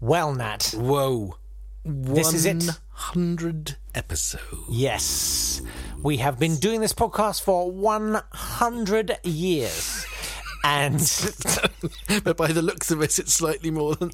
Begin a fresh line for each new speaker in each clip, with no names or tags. Well, Nat,
Whoa.
This is it.
100 episodes.
yes, we have been doing this podcast for 100 years. And
but by the looks of it, it's slightly more than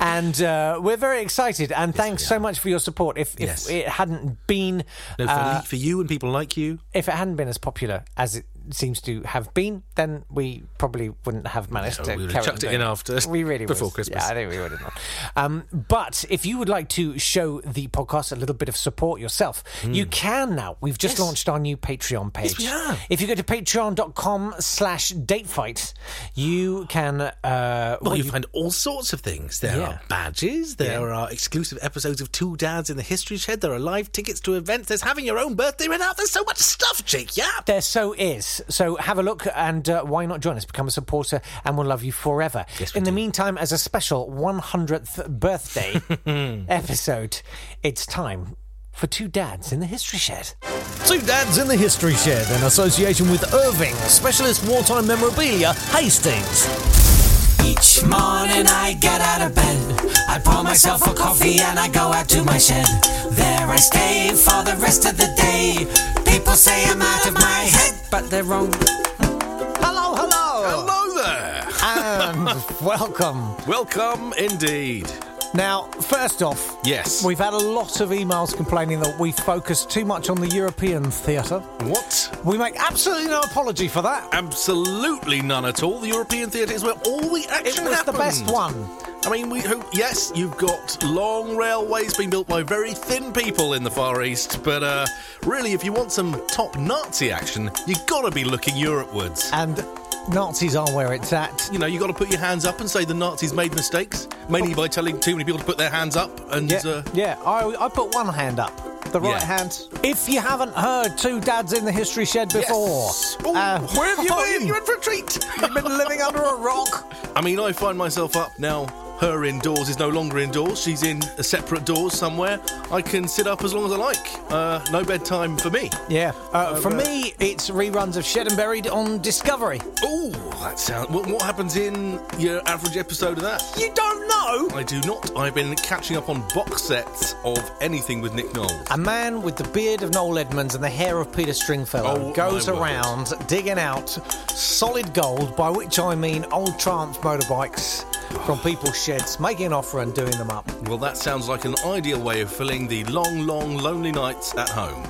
and uh, we're very excited. And thanks so much for your support. If, if
Yes.
it hadn't been,
No, for,
uh,
le- for you and people like you.
if it hadn't been as popular as it seems to have been, then we probably wouldn't have managed
No,
to.
we would have
carry on
chucked it
doing
in after-
We really
before
would.
Christmas.
Yeah, I think we would have. not. Um, but if you would like to show the podcast a little bit of support yourself, you can now. We've just launched our new Patreon page.
Hmm. we have.
If you go to Patreon.com/slash Datefight, you can. Uh,
Well, you find all sorts of things. There
Yeah.
are badges, there are exclusive episodes of Two Dads in the History Shed, there are live tickets to events, there's having your own birthday read out, there's so much stuff, Jake. Yeah.
There so is. So have a look and uh, why not join us? Become a supporter and we'll love you forever. In the meantime, as a special 100th birthday episode, it's time for two dads in the history shed.
Two Dads in the History Shed in association with Irving, specialist wartime memorabilia, Hastings.
Each morning I get out of bed. I pour myself a coffee and I go out to my shed. There I stay for the rest of the day. People say I'm out of my head, but they're wrong.
Hello, hello,
Hello there.
and welcome.
Welcome indeed.
Now, first off,
Yes.
we've had a lot of emails complaining that we focus too much on the European theatre.
What?
We make absolutely no apology for that.
Absolutely none at all. The European Theatre is where all the action
It was the best
happened.
one.
I mean, we hope, yes, you've got long railways being built by very thin people in the Far East, but uh, really, if you want some top Nazi action, you've got to be looking Europewards.
And Nazis are where it's at.
You know, you've got to put your hands up and say the Nazis made mistakes, mainly by telling too many people to put their hands up and.
Yeah,
Uh,
yeah. I, I put one hand up, the right
Yeah.
hand. If you haven't heard Two Dads in the History Shed before,
Yes. Oh,
uh,
where have you been? You're in for a treat.
You've been living under a rock.
I mean, I find myself up now. Her indoors is no longer indoors. She's in a separate doors somewhere. I can sit up as long as I like. Uh, no bedtime for me.
Yeah. Uh, for me, it's reruns of Shed and Buried on Discovery.
Oh, that sounds. What, what happens in your average episode of that?
You don't know?
I do not. I've been catching up on box sets of anything with Nick Knowles.
A man with the beard of Noel Edmonds and the hair of Peter Stringfellow
Oh,
goes
my word.
around digging out solid gold, by which I mean old Triumph motorbikes from people's sheds, making an offer and doing them up.
Well, that sounds like an ideal way of filling the long, long, lonely nights at home.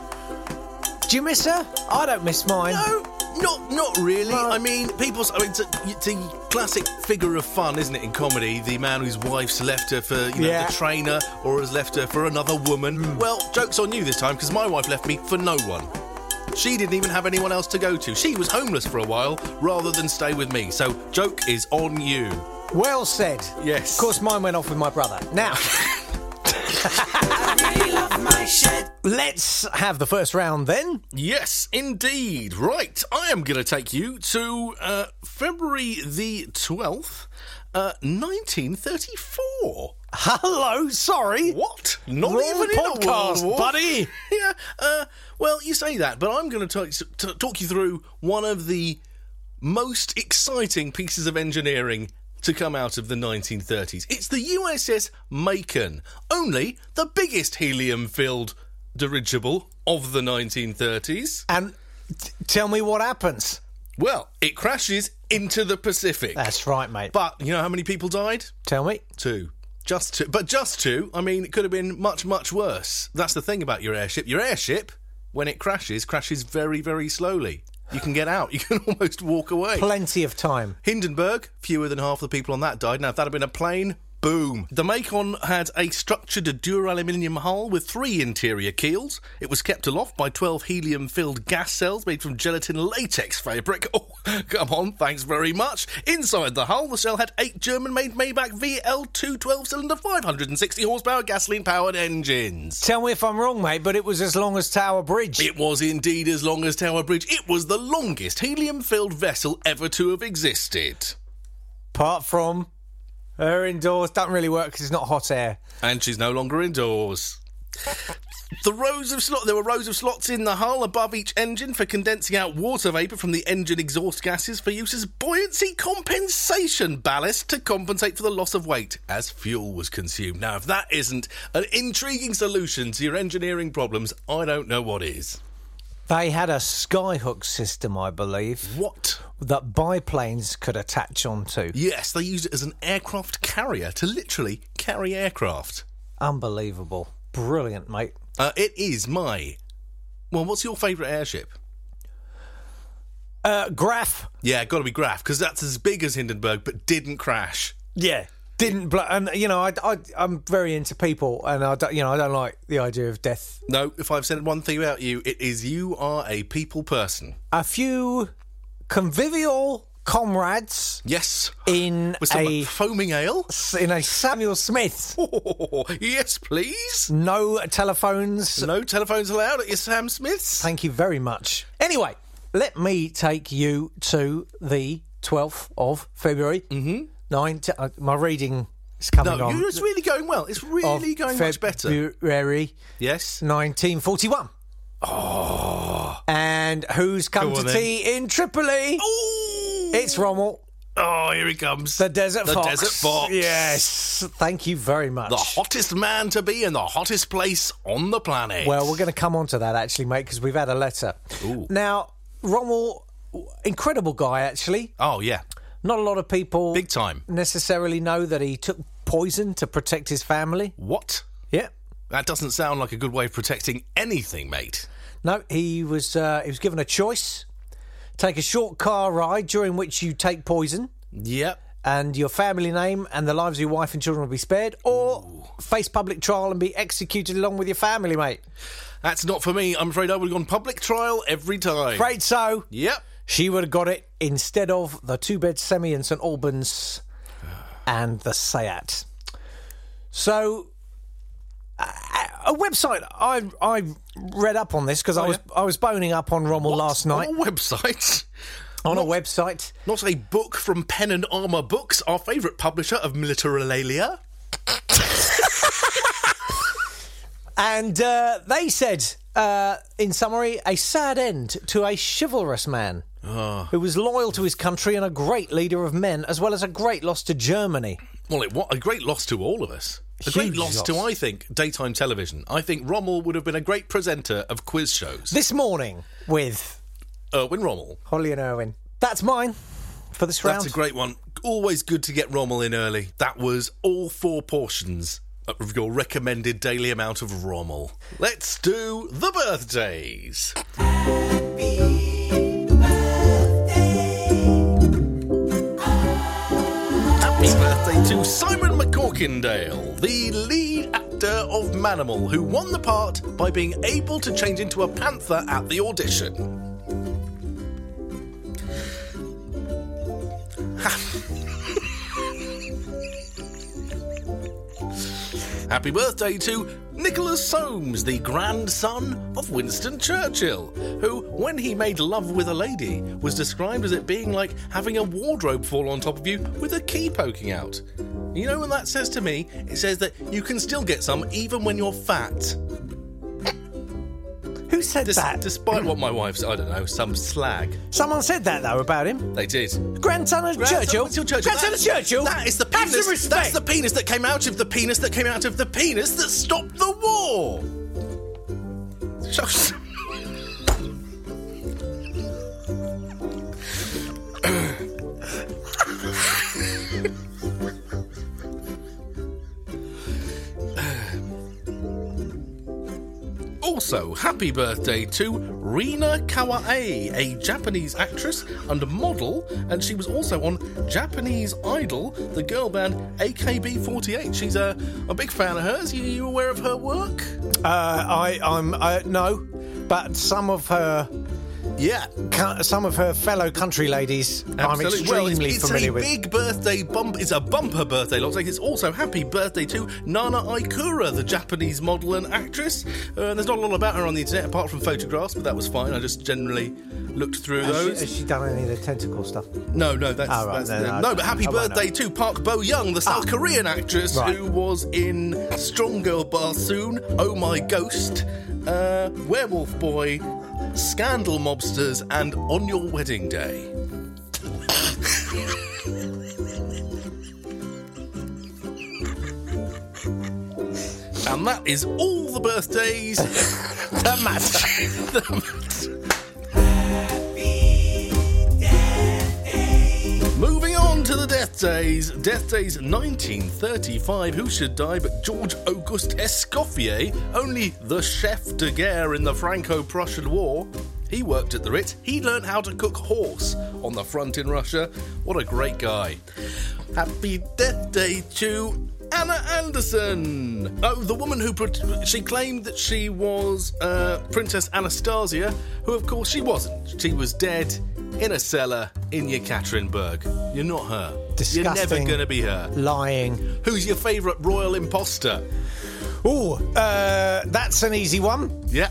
Do you miss her? I don't miss mine.
No, not not really.
No.
I mean, people. I mean, it's a, it's a classic figure of fun, isn't it? In comedy, the man whose wife's left her for you know,
Yeah. Hmm.
the trainer, or has left her for another woman. Well, jokes on you this time, because my wife left me for no one. She didn't even have anyone else to go to. She was homeless for a while, rather than stay with me. So, joke is on you.
Well said.
Yes.
Of course, mine went off with my brother. Now,
I really love my shed.
let's have the first round then.
Yes, indeed. Right, I am going to take you to uh, February the twelfth, uh, nineteen thirty-four.
Hello, sorry.
What? Not
Wrong
even in a
podcast,
World War.
buddy.
yeah. Uh, well, you say that, but I'm going to talk, t- talk you through one of the most exciting pieces of engineering to come out of the 1930s. It's the USS Macon, only the biggest helium-filled dirigible of the 1930s.
And t- tell me what happens.
Well, it crashes into the Pacific.
That's right, mate.
But you know how many people died?
tell me.
Two. Just two. But just two, I mean, it could have been much, much worse. That's the thing about your airship. Your airship, when it crashes, crashes very, very slowly. You can get out. You can almost walk away.
Plenty of time.
Hindenburg, fewer than half the people on that died. Now, if that had been a plane, boom. The Macon had a structured duraluminium hull with three interior keels. It was kept aloft by 12 helium filled gas cells made from gelatin latex fabric. Oh, come on, thanks very much. Inside the hull, the cell had eight German made Maybach VL2 12 cylinder 560 horsepower gasoline powered engines.
Tell me if I'm wrong, mate, but it was as long as Tower Bridge.
It was indeed as long as Tower Bridge. It was the longest helium filled vessel ever to have existed.
Apart from her indoors. Don't really work because it's not hot air.
and she's no longer indoors. The rows of slot there were rows of slots in the hull above each engine for condensing out water vapor from the engine exhaust gases for use as buoyancy compensation ballast to compensate for the loss of weight as fuel was consumed. Now, if that isn't an intriguing solution to your engineering problems, I don't know what is.
They had a skyhook system, I believe,
What?
that biplanes could attach onto.
Yes, they used it as an aircraft carrier to literally carry aircraft.
Unbelievable. Brilliant, mate.
Uh, it is my. Well, what's your favourite airship?
Uh, Graf.
Yeah, got to be Graf because that's as big as Hindenburg, but didn't crash.
Yeah. Didn't blow, and you know I, I I'm very into people, and I don't, you know I don't like the idea of death.
No, if I've said one thing about you, it is you are a people person.
A few convivial comrades
Yes.
in
With some
a
foaming ale?
in a Samuel Smith.
yes, please.
No telephones.
No telephones allowed at your Sam Smith's.
Thank you very much. Anyway, let me take you to the 12th of February. Mm-hmm. Nine. T- uh, my reading is coming
No,
on.
you- it's really going well. It's
of
really going much better.
February
Yes.
1941. Oh. And who's come
Go
to
on then.
tea in Tripoli?
Ooh.
It's Rommel,
Oh, here he comes.
the Desert
The
Fox.
Desert Fox.
Yes. Thank you very much.
the hottest man to be in the hottest place on the planet.
Well, we're going to come on to that actually, mate, because we've had a letter. Now, Rommel, incredible guy actually.
oh yeah,
Not a lot of people
big time.
necessarily know that he took poison to protect his family.
What?
Yeah.
That doesn't sound like a good way of protecting anything, mate.
No, he was uh, he was given a choice: take a short car ride during which you take poison,
Yep.
and your family name and the lives of your wife and children will be spared, or face public trial and be executed along with your family, mate.
That's not for me. I'm afraid I would have gone public trial every time.
Great, so
Yep.
she would have got it instead of the two-bed semi in St Albans and the Sayat. So. uh, a- A website I I read up on this because I was I was boning up on Rommel last night
On a website.
on a website.
Not a book from Pen and Armour Books, our favourite publisher of militarilalia.
And uh, they said, uh, in summary, a sad end to a chivalrous man who was loyal to his country and a great leader of men, as well as a great loss to Germany.
Well, it was a great loss to all of us. A great
Huge
loss,
loss.
to, I think, daytime television. I think Rommel would have been a great presenter of quiz shows.
This morning with
Erwin Rommel.
Holly and Irwin. That's mine for this round.
That's a great one. Always good to get Rommel in early. That was all four portions of your recommended daily amount of Rommel. Let's do the birthdays. Happy birthday to Simon McCorkindale, the lead actor of Manimal, who won the part by being able to change into a panther at the audition. Happy birthday to Nicholas Soames, the grandson of Winston Churchill, who, when he made love with a lady, was described as it being like having a wardrobe fall on top of you with a key poking out. You know what that says to me? It says that you can still get some even when you're fat.
Who said
Des-
that?
Despite what my wife said, I don't know, some slag.
Someone said that, though, about him.
They did.
Grandson of Churchill.
Grandson of
Grandson of
That's-
Churchill.
That is the
Have
penis.
some respect.
That's the penis that came out of the penis that came out of the penis that stopped the war. So- Also, happy birthday to Rina Kawae, a Japanese actress and model, and she was also on Japanese Idol, the girl band AKB48. She's a, a big fan of hers. You, you aware of her work?
Uh, I, I'm, uh, no, but some of her
Yeah.
Ca- Some of her fellow country ladies I'm
Absolutely.
extremely
Well, it's, it's
familiar
a
with.
big birthday bump. It's a bumper birthday. Looks like it's also happy birthday to Nana Aikura, the Japanese model and actress. Uh, there's not a lot about her on the internet apart from photographs, but that was fine. I just generally looked through
Has she-
those.
has she done any of the tentacle stuff?
No, no, that's,
Oh, right,
that's
no,
the-
no,
no,
I-
But happy
I won't
birthday
know.
to Park Bo Young, the South Korean actress
Right.
who was in Strong Girl Barsoon, Oh My Ghost, uh, Werewolf Boy, Scandal Mobsters, and On Your Wedding Day. And that is all the birthdays that matter. that matter. Moving on to the death days. Death days 1935. Who should die but George Auguste Escoffier, only the chef de guerre in the Franco Prussian War? He worked at the Ritz. He learned how to cook horse on the front in Russia. What a great guy. Happy death day to Anna Anderson. Oh, the woman who pro- she claimed that she was uh, Princess Anastasia, who of course she wasn't. She was dead in a cellar in Yekaterinburg. You're not her. You're never
Disgusting.
gonna be her.
Lying.
Who's your favourite royal imposter?
Ooh, uh, that's an easy one.
Yeah,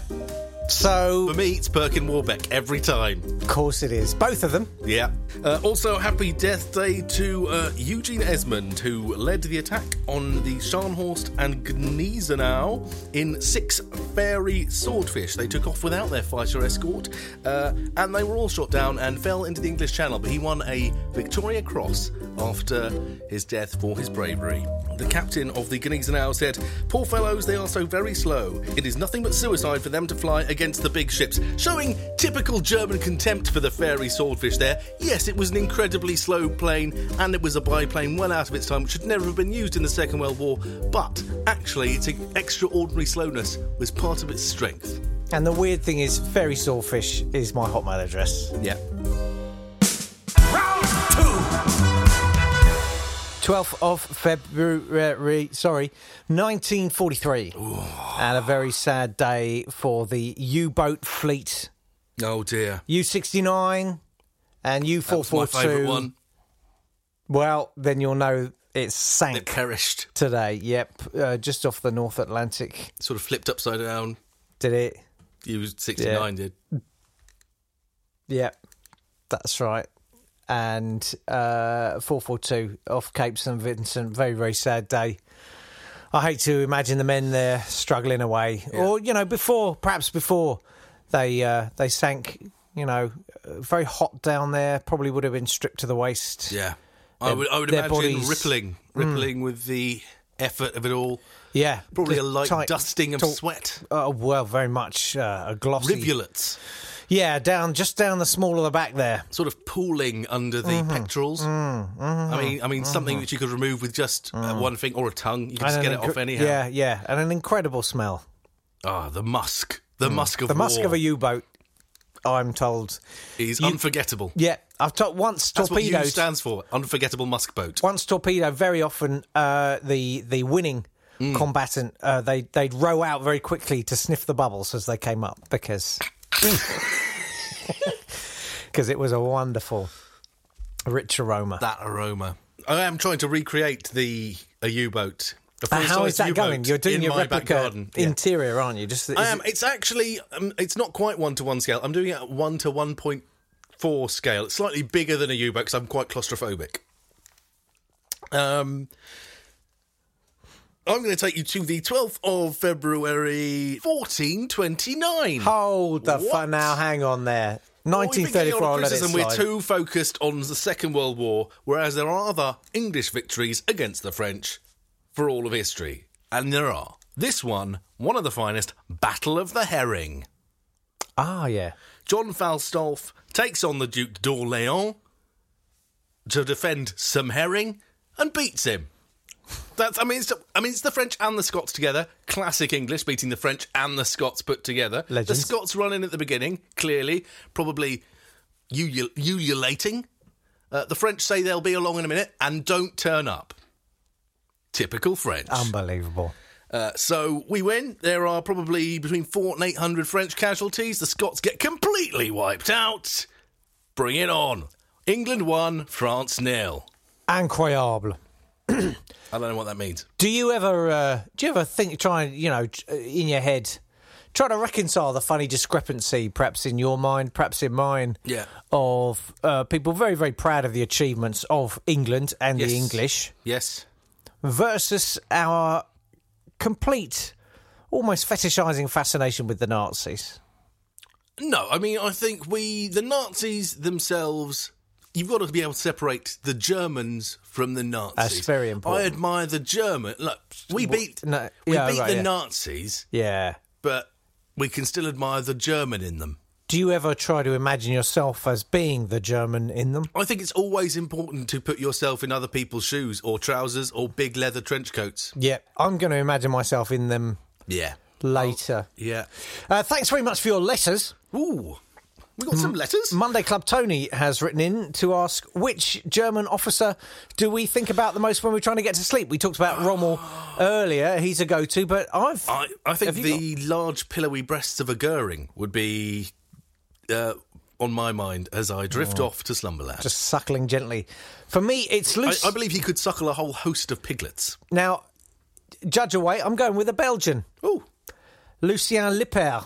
So,
for me it's Perkin Warbeck every time.
of course it is. Both of them.
Yeah. Uh, also, happy death day to uh, Eugene Esmond, who led the attack on the Scharnhorst and Gneisenau in six fairy swordfish. They took off without their fighter escort, uh, and they were all shot down and fell into the English Channel. But he won a Victoria Cross after his death for his bravery. The captain of the Gneisenau said, Poor fellows, they are so very slow. It is nothing but suicide for them to fly against the big ships, showing typical German contempt for the fairy swordfish there. Yes, it was an incredibly slow plane, and it was a biplane well out of its time, which should never have been used in the Second World War, but actually, its extraordinary slowness was part of its strength.
And the weird thing is, fairy swordfish is my hotmail address.
Yeah.
12th of February, sorry, 1943. And a very sad day for the U boat fleet.
Oh dear.
U 69 and U
That's my favourite one.
442. Well, then you'll know it
It
sank
perished.
today. Yep. Uh, just off the North Atlantic.
Sort of flipped upside down.
Did it?
You 69 did.
Yep. That's right. And uh, 442 off Cape St. Vincent. Very, very sad day. I hate to imagine the men there struggling away. Or, you know, before, perhaps before they uh, they sank, you know, uh, very hot down there, probably would have been stripped to the waist.
Yeah. I
Their-
would, I would
their
imagine
bodies- Mm.
rippling, rippling with the effort of it all.
Yeah,
Probably
the
a light
tight-
dusting of
tall-
sweat.
Oh well, very much uh, a glossy.
Rivulets
Yeah, down just down the small of the back there.
sort of pooling under the
Mm-hmm.
pectorals. I mean, I mean something that you could remove with just uh,
Mm.
one thing or a tongue. You could just
And
get
an
it off
incre-
anyhow.
Yeah, yeah, and an incredible smell.
Ah, the musk, the musk of
Mm. The musk
war
of a U-boat. I'm told.
is unforgettable.
Yeah, I've to- once
That's what U
torpedoed.
stands for. Unforgettable musk boat.
once torpedoed. Very often, uh, the the winning
Mm.
combatant uh, they they'd row out very quickly to sniff the bubbles as they came up because because it was a wonderful rich aroma.
That aroma. I am trying to recreate the a U boat.
Uh, how is that going? You're doing
in
your
my back
replica
garden.
interior, aren't you? Just
I
is
am.
it-
It's actually. Um, it's not quite one to one scale. I'm doing it at one to one point four scale. It's slightly bigger than a U boat because I'm quite claustrophobic. Um. I'm going to take you to the 12th of February, 1429.
hold the
What?
fun now. Hang on there.
Well, we've been getting a
1934.
lot
I'll
of
let it
criticism, We're
slide.
too focused on the Second World War, whereas there are other English victories against the French for all of history. And there are. This one, one of the finest, Battle of the Herring.
Ah, yeah.
John Falstolf takes on the Duke d'Orléans to defend some herring and beats him. That's I mean it's I mean it's the French and the Scots together. Classic English beating the French and the Scots put together. The
Legends.
Scots run in at the beginning, clearly, probably ulu- ululating. Uh, the French say they'll be along in a minute and don't turn up. Typical French.
Unbelievable.
Uh, so we went. There are probably between four and eight hundred French casualties. The Scots get completely wiped out. Bring it on. England won, France nil.
Incroyable.
I don't know what that means.
Do you ever uh, do you ever think try and you know tr- in your head try to reconcile the funny discrepancy perhaps in your mind perhaps in mine
Yeah.
of uh, people very very proud of the achievements of England and the
Yes.
English
Yes.
versus our complete almost fetishizing fascination with the Nazis.
No, I mean, I think we, the Nazis themselves, you've got to be able to separate the Germans from the Nazis.
That's very important.
I admire the German. Look, we beat,
no,
we
yeah,
beat
right,
the
yeah.
Nazis,
Yeah.
but we can still admire the German in them.
Do you ever try to imagine yourself as being the German in them?
I think it's always important to put yourself in other people's shoes or trousers or big leather trench coats.
Yeah, I'm going to imagine myself in them
Yeah.
later.
Yeah.
Uh, thanks very much for your letters.
Ooh. We got some letters.
Monday Club Tony has written in to ask which German officer do we think about the most when we're trying to get to sleep? We talked about Rommel earlier. He's a go to, but I've.
I, I think
Have you
the large pillowy breasts of a Goering would be uh, on my mind as I drift off to slumberland.
Oh. Just suckling gently. For me, it's
I,
loose.
I believe he could suckle a whole host of piglets.
now, judge away, I'm going with a Belgian,
Ooh.
Lucien Lippert.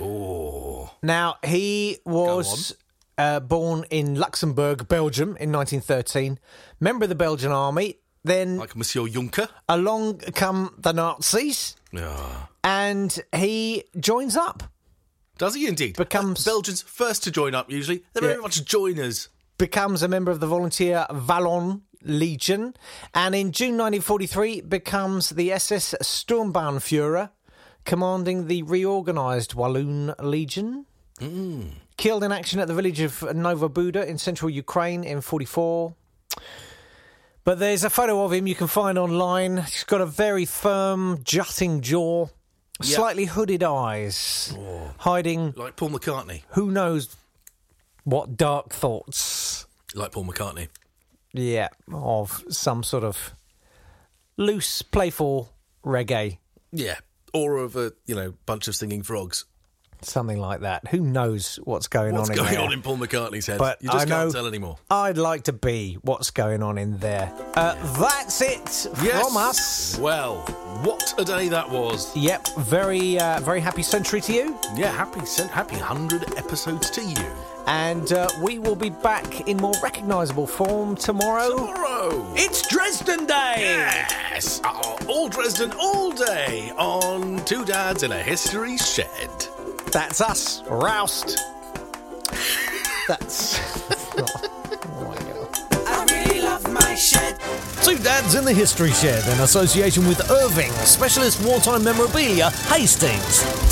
Oh.
Now, he was uh, born in Luxembourg, Belgium in 1913, member of the Belgian army. Then
Like Monsieur Juncker.
along come the Nazis,
Ah.
and he joins up.
Does he indeed?
Becomes-
Uh, Belgians first to join up, usually. They're
Yeah.
very much joiners.
becomes a member of the volunteer Vallon Legion, and in June 1943 becomes the SS Sturmbannführer, commanding the reorganised Walloon Legion. Killed in action at the village of Novobuda in central Ukraine in 44. But there's a photo of him you can find online. He's got a very firm, jutting jaw, slightly hooded eyes, hiding
Like Paul McCartney.
who knows what dark thoughts
Like Paul McCartney.
yeah, of some sort of loose, playful reggae,
Yeah. Or of a, you know, bunch of singing frogs.
something like that. Who knows what's going
What's
on in
going
there?
on in Paul McCartney's head?
but
you just
I know
can't tell anymore.
I'd like to be what's going on in there. Uh, that's it from us.
Well, what a day that was.
Yep, very, uh, very happy century to you.
Yeah, happy cent- happy hundred episodes to you.
And uh, we will be back in more recognisable form tomorrow.
Tomorrow.
It's Dresden Day!
Yes, oh, all Dresden all day on Two Dads in a History Shed.
That's us, roust. That's. oh my God.
I really love my shed.
Two Dads in the History Shed in association with Irving, specialist wartime memorabilia, Hastings.